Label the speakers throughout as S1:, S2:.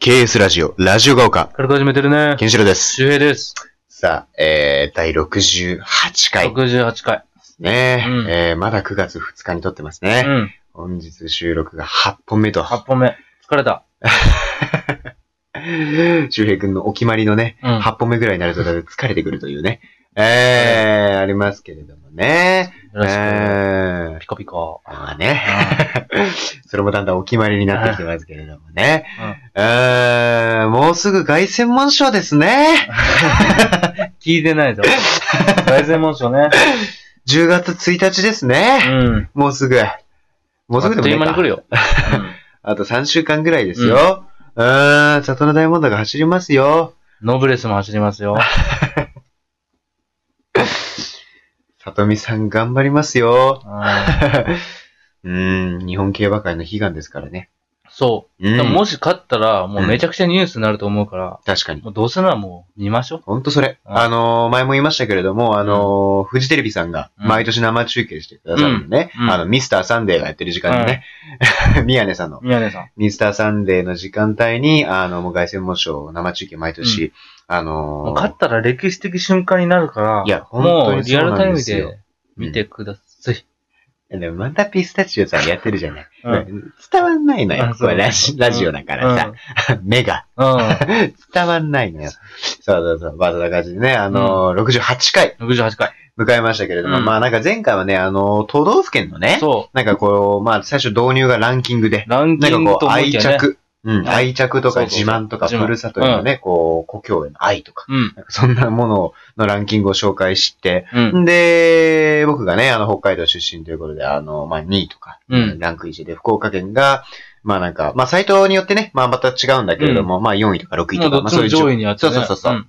S1: KS ラジオ、ラジオが丘、
S2: 軽く始めてるね。
S1: ケンシロウです。
S2: 周平です。
S1: さあ、えー、第68回で
S2: 68回。
S1: すね。
S2: うん
S1: えー、まだ9月2日に撮ってますね。
S2: うん。
S1: 本日収録が8本目と。
S2: 8本目。疲れた。
S1: 周平くんのお決まりのね、
S2: うん。
S1: 8本目ぐらいになるとだいぶ疲れてくるというね。えー、ありますけれどもね。
S2: よろしく。
S1: えー
S2: ピカピカ。う
S1: まあね。 それもだんだんお決まりになってきてますけれどもね。
S2: ん。
S1: えー、もうすぐ凱旋門賞ですね。
S2: 聞いてないぞ。大前門賞ね。
S1: 10月1日ですね。
S2: うん。
S1: もうすぐ。もうすぐでもねえ
S2: あっという間に来る
S1: か。
S2: よ。
S1: あと3週間ぐらいですよ。うーん、里の大問題が走りますよ。
S2: うんノブレスも走りますよ。
S1: 里見さん頑張りますよ。 う
S2: うん
S1: ーん、日本競馬界の悲願ですからね。
S2: そうう。でも
S1: ん、
S2: もし勝ったら、もうめちゃくちゃニュースになると思うから、
S1: 確かに。
S2: もうどうせならもう見ましょう。
S1: ほんとそれ。
S2: うん
S1: あのー前も言いましたけれども、あのーフジテレビさんが
S2: うん
S1: 毎年生中継してくださるのね。
S2: うんうん
S1: あの、ミスターサンデーがやってる時間にね。 宮根さんの
S2: 宮根さん。
S1: ミスターサンデーの時間帯に、あの、もう凱旋門賞を生中継毎年、あのー
S2: もう勝ったら歴史的瞬間になるから、
S1: いや、本当
S2: もう
S1: に
S2: リア
S1: そう
S2: ル
S1: な
S2: タイ
S1: んで
S2: ム
S1: すよ。
S2: で見てください。
S1: でもまたピスタチオさんやってるじゃない。
S2: うん
S1: 伝わんないのよ
S2: あ。そ
S1: こ
S2: う
S1: れラジラジオだからさ、目が
S2: う
S1: 伝わんないのよ。そうそうそう。まあそんな感じでね、あのー68回
S2: ん。うん。68回。
S1: 迎えましたけれども、
S2: うん
S1: まあなんか前回はね、あのー都道府県のね、
S2: そ
S1: なんかこう、まあ最初導入がランキングで
S2: う。、ラン
S1: な
S2: キン
S1: ん
S2: グ
S1: かことう
S2: 思い
S1: 愛
S2: きやね。
S1: 着、うん、
S2: はい
S1: 愛着とか
S2: そうそうそう
S1: 自慢とか、
S2: 自慢
S1: ふるさとへのね、こう、故郷への愛とか、
S2: うん。
S1: なんかそんなもののランキングを紹介して、
S2: うん。
S1: で、僕がね、あの、北海道出身ということで、あの、まあ、2位とか、
S2: うん
S1: ランク1で、福岡県が、まあなんか、まあ、サイトによってね、まあまた違うんだけれども、まあ4位とか6位
S2: も
S1: と
S2: う
S1: か、
S2: ど
S1: ま
S2: っ
S1: あ
S2: ちも上
S1: 位
S2: 位にあってね。
S1: そうそうそうそう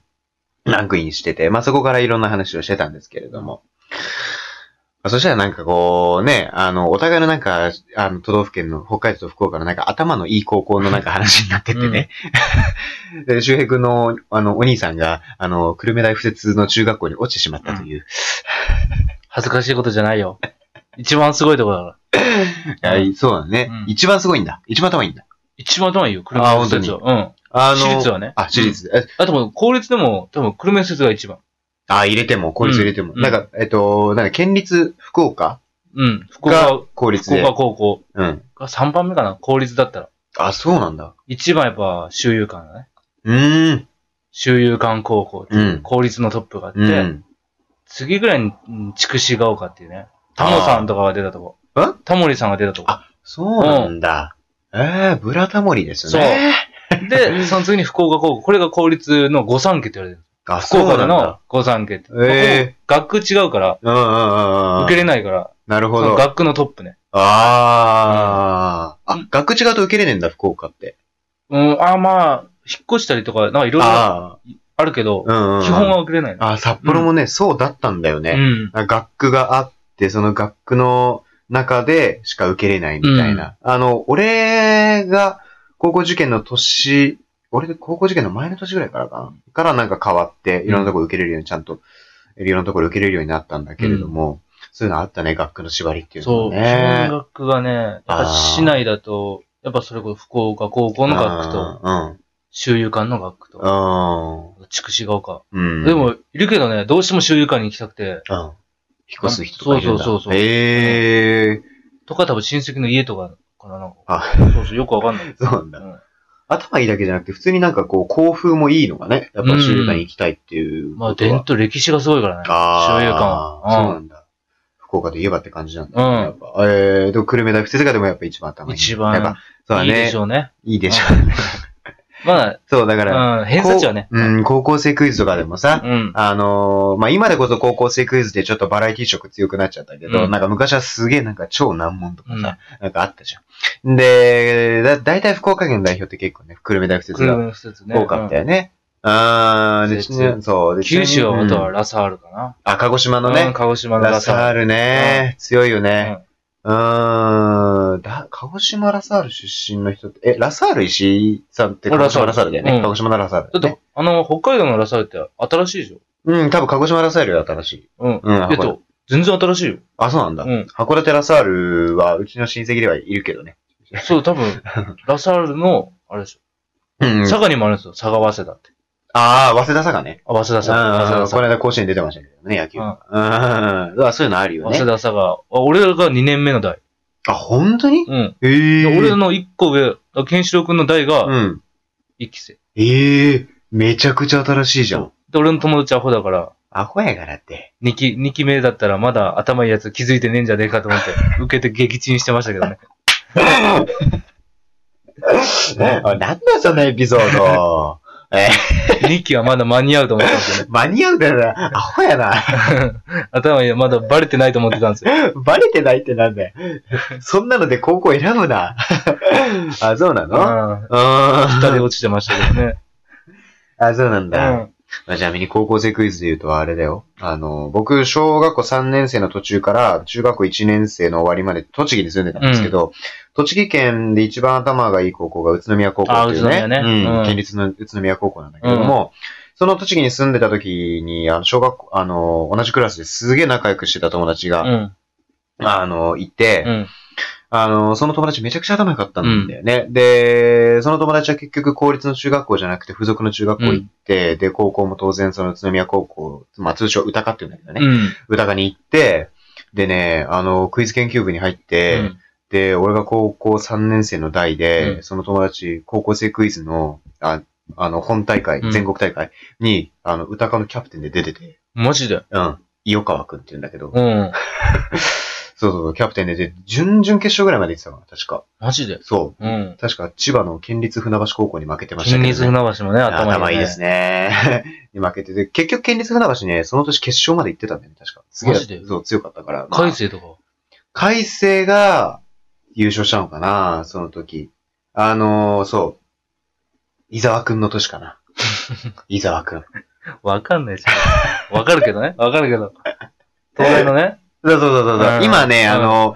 S1: ランクインしてて、まあそこからいろんな話をしてたんですけれども。まあそしたらなんかこうね、あの、お互いのなんか、あの、都道府県の、北海道と福岡のなんか頭のいい高校のなんか話になってってね。 で、周平君の、あの、お兄さんが、あの、久留米大附設の中学校に落ちてしまったという。
S2: 恥ずかしいことじゃない よ。一番すごいとこだから。
S1: いやそうだね、
S2: うん
S1: 一番すごいんだ。一番頭いいんだ。
S2: 一番頭いいよ、久留
S1: あ
S2: 米の
S1: 本当
S2: 施
S1: に
S2: 設は。
S1: あ
S2: うん。私立はね。
S1: あ、私立。え
S2: あともう、公立でも、多分、久留米施設が一番。
S1: あ、入れても、公立入れても。
S2: うん
S1: なんか、えっと、なんか、県立福岡
S2: うん。福
S1: が
S2: 岡、
S1: 公立
S2: 福
S1: で。
S2: 岡高校
S1: うん。
S2: が3番目かな、公立だったら。
S1: あ、そうなんだ。
S2: 一番やっぱ、周遊館だね。
S1: うーん。
S2: 周遊館高校って
S1: う、
S2: いうん公立のトップがあって、
S1: うん。
S2: 次ぐらいに、うん筑紫ヶ丘っていうね。タモさんとかが出たとこ。
S1: あ
S2: タモリさんが出たとこ。
S1: そうなんだ。ええブラタモリですね。
S2: で、その次に福岡高校。これが公立の御三家って言われてる。
S1: あ、
S2: 福
S1: そう
S2: 岡
S1: な
S2: で
S1: ん
S2: の
S1: だ。
S2: 御三家って。
S1: え
S2: 学区違うから、
S1: うんうんうんうん。
S2: 受けれないから、
S1: なるほ
S2: その
S1: ど。
S2: 学区のトップね。
S1: ああ。
S2: う
S1: あ、学違うと受けれねえんだ、福岡って。
S2: うん、あーまあ、引っ越したりとか、なんかいろいろ
S1: あ
S2: あるけど
S1: あ。、うんうんうん。
S2: 基本は受けれないね。
S1: あ、札幌もね、そうだったんだよね。
S2: うん。
S1: あ学区があって、その学区の中でしか受けれないみたいな。あの、俺が高校受験の年、俺で高校受験の前の年ぐらいからかな。からなんか変わって、いろんなところ受けれるように、ちゃんと、いろんなところ受けれるようになったんだけれども、そういうのあったね、学区の縛りっていうの
S2: そ
S1: も
S2: う、基本
S1: ね。
S2: 学区がね、やっぱ市内だと、やっぱそれこそ福岡高校の学区と、周遊館の学区と、
S1: と。
S2: 筑紫ヶ丘。
S1: うん。うん。うん。
S2: で、も、いるけどね、どうしても周遊館に行きたくて、
S1: うん。引っ越す人とかいるんだ。
S2: そうそうそうそう
S1: へえー。
S2: とか多分親戚の家とかかな、なんか。
S1: あ、
S2: そうそう、よくわかん ない。
S1: そうなんだ
S2: う。ん
S1: 頭いいだけじゃなくて、普通になんかこう、校風もいいのがね、やっぱ周遊館に行きたいっていう
S2: まあ、
S1: ことは。
S2: 伝統、歴史がすごいからね。
S1: あー
S2: 周遊館は。うん
S1: そうなんだ。福岡で言えばって感じなんだ、ね。
S2: うん
S1: やっぱ。えー、でも、久留米大学生がでもやっぱ一番頭いい。
S2: 一番
S1: やっぱ、そうだ
S2: いいで
S1: ね
S2: し。ょうね。
S1: いいでしょう。
S2: ま
S1: そう、だから、
S2: あ、うん、偏差値はね。
S1: こううん、高校生クイズとかでもさ、
S2: うん。
S1: あのーまあ、今でこそ高校生クイズでちょっとバラエティ色強くなっちゃったけど、
S2: うん
S1: なんか昔はすげえなんか超難問とか
S2: うん
S1: さ、なんかあったじゃん。で、だ、大体福岡県代表って結構ね、久留米大学生
S2: 久留
S1: が
S2: 米の施設ね。
S1: 多かった
S2: うん
S1: よね。あー、で、ち
S2: 施
S1: な
S2: 設
S1: そう、で、ちなみ
S2: 九
S1: に
S2: 州は
S1: う
S2: ま
S1: ん
S2: たはラサールかな。
S1: あ、鹿児島の
S2: う
S1: ね
S2: ん、鹿児島の
S1: ラ
S2: ラサ
S1: サ
S2: ー
S1: ー
S2: ル。
S1: ルね、強いよね。
S2: ね。
S1: うーん、だ、鹿児島ラサール出身の人って、え、ラサール石井さんって鹿児島ラサールだよね。
S2: うん
S1: 鹿児島のラサール、
S2: だって、あの、北海道のラサールって新しいでしょ
S1: うん、多分鹿児島ラサールだったらしい。
S2: うん。
S1: うん、
S2: えっ
S1: 函館
S2: と、全然新しいよ。
S1: あ、そうなんだ。
S2: うん。
S1: 函館ラサールは、うちの親戚ではいるけどね。
S2: そう、多分、ラサールの、あれでしょ。
S1: うん。
S2: 佐賀にもあるんですよ。佐賀早稲田って。
S1: ああ、早稲田坂ね。
S2: あ、早稲田佐賀。早
S1: あ
S2: 稲田
S1: あ、こ
S2: 佐
S1: の
S2: 賀。
S1: 間甲子園出てましたけどね、野球が。うん。うわそういうのあるよ
S2: 早
S1: ね
S2: 稲。田佐賀。あ俺らが2年目の代。
S1: あ、本当に
S2: うん。
S1: ええ
S2: で俺の1個上、あケンシロウ君の代
S1: う
S2: が
S1: ん。
S2: 1期生。
S1: ええめちゃくちゃ新しいじゃん。
S2: で、俺の友達アホだから、
S1: アホやからって。
S2: 2期、二期目だったらまだ頭いいやつ気づいてねえんじゃねえかと思って、 受けて撃沈してましたけどね。
S1: ね、なんだそのエピソー ド。え
S2: 2期はまだ間に合うと思ってたんですよね。
S1: 間に合うんだよな。アホやな。
S2: 頭いいや、まだバレてないと思ってたんですよ。
S1: バレてないってなんだよ。そんなので高校選ぶな。 あ、そうなの
S2: うん。二人
S1: うん。
S2: 落ちてましたけどね。
S1: あ、そう なん
S2: う
S1: だ。
S2: ん。
S1: まあ、ちなみに高校生クイズで言うとあれだよ。あの、僕、小学校3年生の途中から中学校1年生の終わりまで栃木に住んでたんですけど、栃木県で一番頭がいい高校が宇都宮高校っていうね。
S2: あ宇都宮ね
S1: うん
S2: うん
S1: 県立の宇都宮高校なんだけれども、その栃木に住んでた時に、あの小学校、あの、同じクラスですげえ仲良くしてた友達
S2: う
S1: が、
S2: ん。
S1: あの、いて、
S2: うん。
S1: あの、その友達めちゃくちゃ頭良かったんだよね。で、その友達は結局公立の中学校じゃなくて付属の中学校行って、で、高校も当然その宇都宮高校、まあ通称歌かって言うんだけどね、
S2: うん。
S1: 歌かに行って、でね、あの、クイズ研究部に入って、で、俺が高校3年生の代で、
S2: うん
S1: その友達、高校生クイズの、ああの、本大会
S2: う、ん
S1: 全国大会に、あの、歌かのキャプテンで出てて、
S2: マジで。
S1: うん、伊予川くんって言うんだけど、
S2: うん。
S1: そうそうそう、キャプテンで出て、準々決勝ぐらいまで行ってたの、確か。
S2: マジで。
S1: そう。
S2: うん。
S1: 確か千葉の県立船橋高校に負けてました
S2: 金
S1: けど、ね。
S2: 水船橋もね、頭いい、ね。
S1: 頭いいです
S2: ね。
S1: ね。 に負けてて、結局県立船橋ね、その年決勝まで行ってたんだよね、確か。すげえ
S2: マジで
S1: そう、強かったから。まあ
S2: 海星とか。
S1: 海星が優勝したのかな、その時。あのー、そう。伊沢くんの年か な。伊沢くん。
S2: わかんないですよ。 わかるけどね。わかるけど。東大のね。
S1: そうそうそうそうそうう。
S2: ん
S1: 今ね、
S2: うん
S1: あの、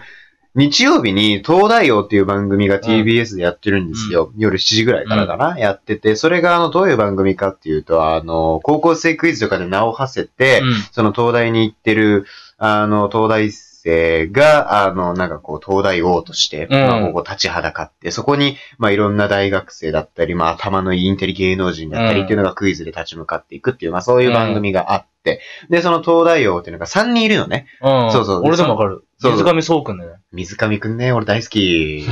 S1: 日曜日に東大王っていう番組が TBS でやってるんですよ。夜7時ぐらいからかな、やってて、それがあの、どういう番組かっていうと、あの、高校生クイズとかで名を馳せて、
S2: うん。
S1: その東大に行ってる、あの、東大生が、あの、なんかこう、東大王として、
S2: うん
S1: まあ、ここ立ちはだかって、そこに、まあ、いろんな大学生だったり、まあ、頭のいいインテリ芸能人だったり
S2: うん
S1: っていうのがクイズで立ち向かっていくっていう、まあ、そういう番組があって、で、その東大王っていうのが3人いるのね。
S2: うん。
S1: そうそう
S2: 俺でもわかる。
S1: そうそう
S2: 水上壮くんだよね。
S1: 水上くんね、俺大好き。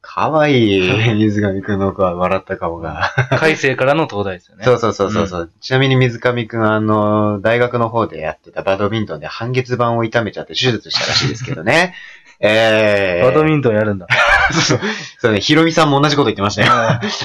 S1: かわいい。水上くんの子は笑った顔が。
S2: 海星からの東大ですよね。
S1: そうそうそうそうそう、ちなみに水上くん、あの、大学の方でやってたバドミントンで半月板を痛めちゃって手術したらしいですけどね。 えー。
S2: バド
S1: ン
S2: ミントンやる んだ。
S1: トン。そうそうね、ひろみさんも同じこと言ってましたよ。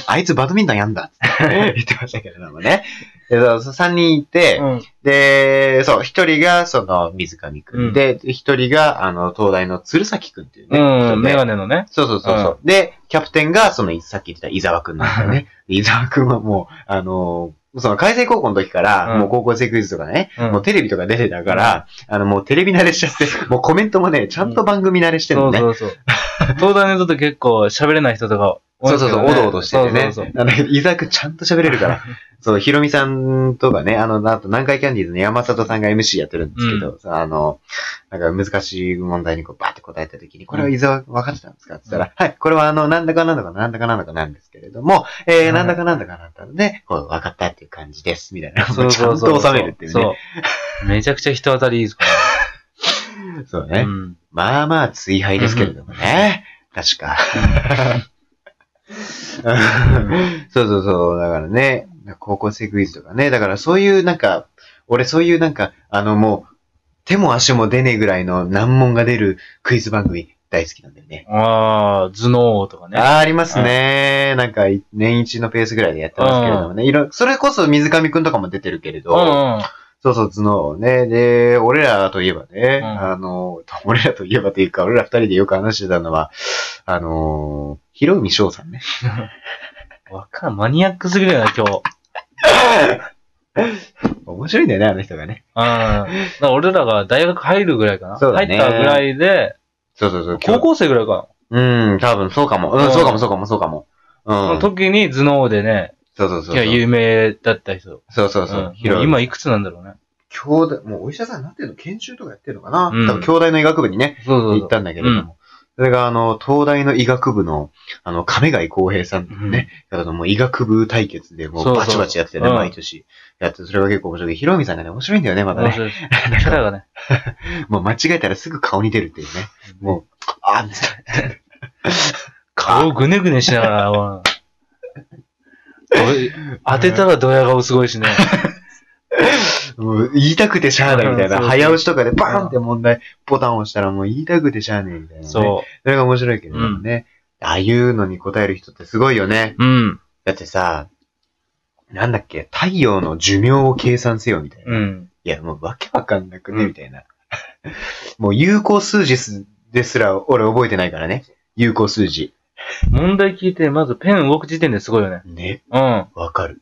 S1: あいつバドミントンやん だって言ってましたけれどもね。でそうそう三人いて、
S2: うん。
S1: で、そう、一人がその水上くんで、一人があの、東大の鶴崎くんっていうね。
S2: う
S1: 人
S2: ん。
S1: で
S2: メガネのね。
S1: そうそうそうそう、で、キャプテンが、その、さっき言ってた伊沢くんなんだよね。で伊沢くんはもう、あのーその、海星高校の時から、
S2: うん
S1: もう高校生クイズとかね、
S2: うん
S1: もうテレビとか出てたから、あの、もうテレビ慣れしちゃって、もうコメントもね、ちゃんと番組慣れしてるの
S2: そう
S1: ね。
S2: そうそう。東大の人って結構喋れない人とか多
S1: そ
S2: い
S1: う
S2: んです
S1: そうそ
S2: けど
S1: う、
S2: ね、
S1: おどおどしててね。
S2: そうそうそう
S1: あの、伊沢くんちゃんと喋れる から。そう、ひろみさんとかね、あの、あと、南海キャンディーズの山里さんが MC やってるんですけど、そうあの、なんか難しい問題にこう、バーって答えたときに、これは伊沢分かってたんですかって言ったら、はい、これはあの、なんだかなんだかなんだかなんだかなんですけれども、え
S2: は
S1: ー、
S2: い
S1: なんだかなんだかなんだので、こう、分かったっていう感じです、みたいな。
S2: そうそうそ
S1: ちゃ
S2: う。
S1: んと収めるっていうね。
S2: そう。めちゃくちゃ人当たりいいですか
S1: そう
S2: ら。
S1: ね
S2: う。ん。
S1: まあまあ、追敗ですけれどもね。確か。そうそうそう。だからね、高校生クイズとかね。だからそういうなんか、俺そういうなんか、あのもう、手も足も出ねえぐらいの難問が出るクイズ番組大好きなんだよね。
S2: ああ、頭脳王とかね。
S1: あーありますね。なんか、年一のペースぐらいでやってますけれどもね。いろ、それこそ水上くんとかも出てるけれど、
S2: うんうん。
S1: そうそう、頭脳ね。で、俺らといえばね、
S2: うん
S1: あの、俺らといえばというか、俺ら二人でよく話してたのは、あの、ひろみしょうさんね。
S2: わかん、マニアックすぎるよね、今日。うん。
S1: 面白いんだよね、あの人がね。
S2: だから俺らが大学入るぐらいかな。
S1: そうだね
S2: 入ったぐらいで、
S1: そうそうそう。
S2: 高校生ぐらいか
S1: うん、多分そうかも。う、
S2: うんん
S1: そうかも、そうかも、そうかも。う
S2: な。
S1: ん。
S2: その時に頭脳王でね、
S1: そうそうそう
S2: いや、
S1: そう。
S2: 有名だった人。。
S1: そうそうそううん広い。今、
S2: 今いくつなんだろうね。
S1: 兄弟、もうお医者さんになってるの研修とかやってるのかな、
S2: うん
S1: 多分兄弟の医学部にね、
S2: そうそう
S1: 行
S2: そ
S1: っ
S2: う。
S1: たんだけれども。それが、あの、東大の医学部の、あの、亀貝光平さんってね、方ともう医学部対決で、も
S2: そう
S1: う
S2: そ
S1: バ
S2: う
S1: チバチやってね、
S2: うん
S1: 毎年。やって、それが結構面白い。ヒロミさんがね、面白いんだよね、まだ
S2: 面
S1: ね。
S2: 白いです。キャラがね。
S1: もう間違えたらすぐ顔に出るっていうね。もう、あ、みたいな
S2: 顔をぐねぐねしなが ら、もうどうい当てたらドヤ顔すごいしね。
S1: もう言いたくてしゃあないみたい
S2: うんそ
S1: な。
S2: うそう
S1: 早押しとかでバーンって問題、ボタン押したらもう言いたくてしゃあないみたいな、ね。う。
S2: そ
S1: それが面白いけどね。ああいうのに答える人ってすごいよね。
S2: う。うん。
S1: だってさ、なんだっけ、太陽の寿命を計算せよみたいな。い
S2: うん。
S1: や、もうわけわかんなくね、
S2: うん
S1: みたいな。 もう有効数字すですら俺覚えてないからね。有効数字。
S2: 問題聞いて、まずペン動く時点ですごいよね。
S1: ね、
S2: うん。
S1: わかる。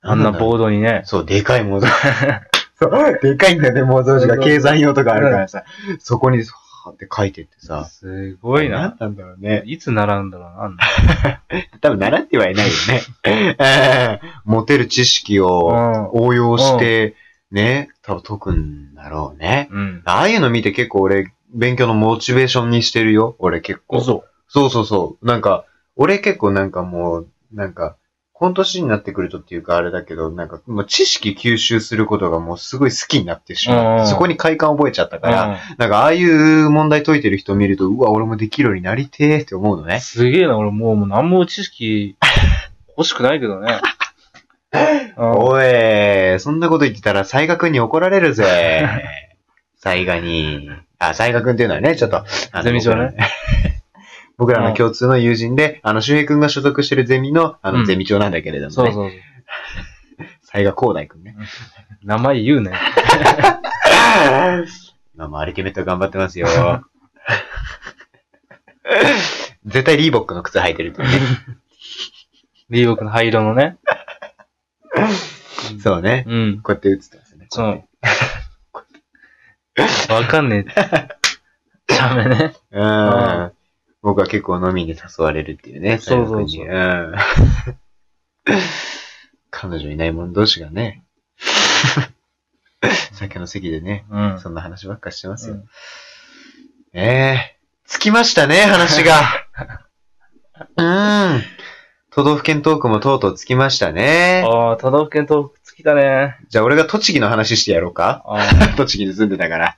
S2: あんな
S1: だろう
S2: ボードにね。
S1: そう、でかい模造。 そう、でかいんだよね、模造紙が。計算用とかあるからさ。そこに、はーって書いてってさ。
S2: すごい
S1: 何
S2: な。
S1: なんだろうね。
S2: いつ習うんだろうなあんな。
S1: 多分習ってはいないよね。 ええ持てる知識を応用して、ね、多分解くんだろうね。
S2: うん。うん。
S1: ああいうの見て結構俺、勉強のモチベーションにしてるよ。俺結構。
S2: そ
S1: そうそうそう。なんか、俺結構なんかもう、なんか、この年になってくるとっていうかあれだけど、なんかもう知識吸収することがもうすごい好きになってし
S2: うん
S1: ま
S2: うん
S1: う。そこに快感覚えちゃった
S2: う
S1: か
S2: ん。
S1: ら、なんかああいう問題解いてる人を見ると、うわ、俺もできるようになりてーって思うのね。
S2: すげえな、俺もう、もう何も知識欲しくないけ どね。うん
S1: おい、そんなこと言ってたら、才賀くんに怒られる ぜ。才賀に。あ、才賀くんっていうのはね、ちょっと。あの
S2: ゼミ長ね。
S1: 僕らの僕らの共通の友人で、あの、周平くんが所属してるゼミの、あ
S2: う
S1: の、
S2: ん
S1: ゼミ長なんだけれどもね。
S2: そうそうそう。
S1: 才賀光大くんね。
S2: 名前言うね。
S1: 今もアルティメット頑張って ますよ。絶対リーボックの靴履いてるってね。
S2: リーボックの灰色のね。
S1: そうね。
S2: うん。
S1: こうやって映ってますね。
S2: そう。わかんねえ。 ダメね。
S1: うーん。僕は結構飲みに誘われるっていうね。
S2: そうそうそう
S1: 大学にん 彼女いない者同士がね、 酒の席でね、
S2: うん。
S1: そんな話ばっかしてますよ。
S2: うん
S1: ええつきましたね、話 が。うーん。都道府県トークもとうとうつきましたね。
S2: ああ、都道府県東北尽きたね。
S1: じゃあ俺が栃木の話してやろう か
S2: あー
S1: 栃木に住んでたから。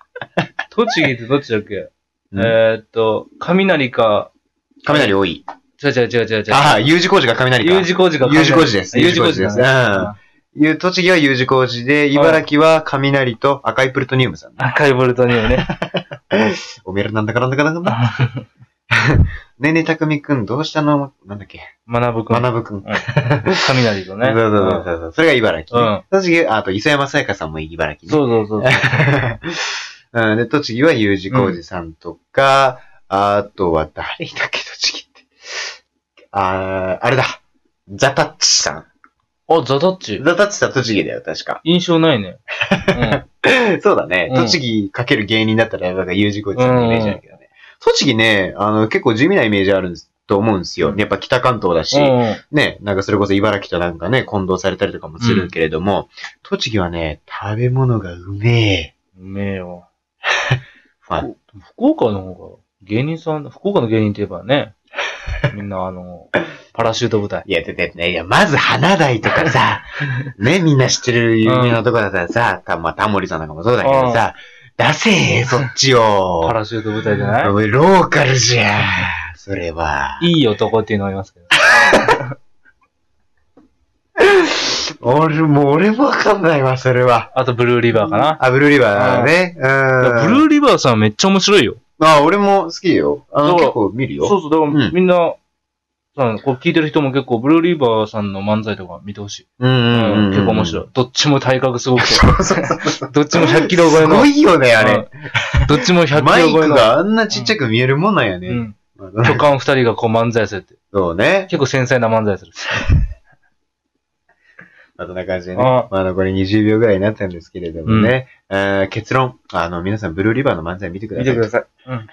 S2: 栃木ってどっちだっけ
S1: うん
S2: えーっと、雷か、
S1: 雷多い。
S2: 違う違う違う違う違う。
S1: ああ、U 字工事が雷か。
S2: U 字工事が
S1: U 字工事です。
S2: U 字工事
S1: で
S2: です
S1: す。う。ん。ゆ栃木は U 字工事で、茨城は雷と赤いプルトニウムさんだ。
S2: 赤いボルトニウム ね。
S1: おめえらなんだかなんだかなんだ。ねえねえたくみくん、どうしたのなんだっけ
S2: 学ぶく
S1: ま
S2: ん。
S1: なぶくん。
S2: 雷とね。
S1: そうそうそうそう。それが茨城ね。栃木、ああと磯山さやかさんも茨城ね。
S2: そうそうそうそ う。
S1: うん。で、栃木は U 字工事さんとか、あとは誰だっけ、栃木って。あー、あれだ。ザタッチさん。
S2: あ、ザタッチ。
S1: ザタッチさん栃木だよ、確か。
S2: 印象ない ね。うん。
S1: そうだね。
S2: うん
S1: 栃木かける芸人だったら、なんか U 字工事さんのイメージあるけどね。栃木ね、あの、結構地味なイメージあるんですと思うんですよ
S2: う。ん
S1: やっぱ北関東だし、
S2: うん
S1: ね、なんかそれこそ茨城となんかね、混同されたりとかもするけれども、栃木はね、食べ物がうめえ。
S2: うめえよ。
S1: まあ
S2: う福岡の方が、芸人さん、福岡の芸人って言えばね、みんなあの、パラシュート部隊。
S1: いや、だってね、いや、まず花台とか さ、ね、みんな知ってる有名なとこだったらさ、たまあ、タモリさんなんかもそうだけどさ、出せえ、そっち
S2: パ
S1: を。
S2: ラシュート部隊じゃない
S1: おいローカルじゃん。それは。
S2: いい男っていうのがいますけど。
S1: 俺も、俺もわかんないわ、それは。
S2: あとブルーリバーかな。
S1: あ、ブルーリバーね。うん。
S2: ブルーリバーさんめっちゃ面白いよ。
S1: あ、俺も好きよ。あ
S2: そ
S1: の、
S2: う
S1: 結構見る
S2: そ
S1: よ。
S2: うそう、だから
S1: うん
S2: みんな、さこう聞いてる人も結構ブルーリバーさんの漫才とか見てほしい。
S1: うん
S2: う
S1: うんうん。
S2: ん結構面 白い。どっちも体格すごくて、
S1: そうそうそう。
S2: どっちも100キロ超え
S1: す
S2: の
S1: ご。いよね、あれ。
S2: うんどっちも100
S1: マ
S2: キ
S1: イ
S2: ロ超え
S1: ク
S2: の。
S1: があんなちっちゃく見えるもんなんや
S2: う
S1: ね。
S2: ん。
S1: まあ
S2: 巨漢二人がこう漫才するって。
S1: そうね。
S2: 結構繊細な漫才する。
S1: まあそんな感じでね。
S2: あ
S1: まあ、残り20秒ぐらいになったんですけれどもね。えー結論。あの、皆さん、ブルーリバーの漫才見てください。
S2: さい。うん。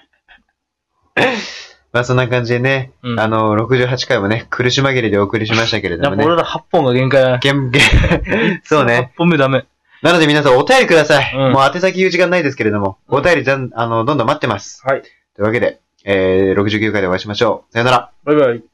S1: まあ、そんな感じでね。
S2: うん
S1: あの、68回もね、苦し紛れでお送りしましたけれ
S2: や
S1: ど
S2: っ
S1: も
S2: ぱ
S1: ね。
S2: 俺ら8本が限界だね。
S1: ゲンゲン そうね。
S2: 8本目ダメ。
S1: なので皆さんお便りください。
S2: うん
S1: もう宛先言う時間ないですけれども、お便りじゃん、あの、どんどん待ってます。
S2: はい。
S1: というわけで、えー69回でお会いしましょう。さよなら。
S2: バイバイ。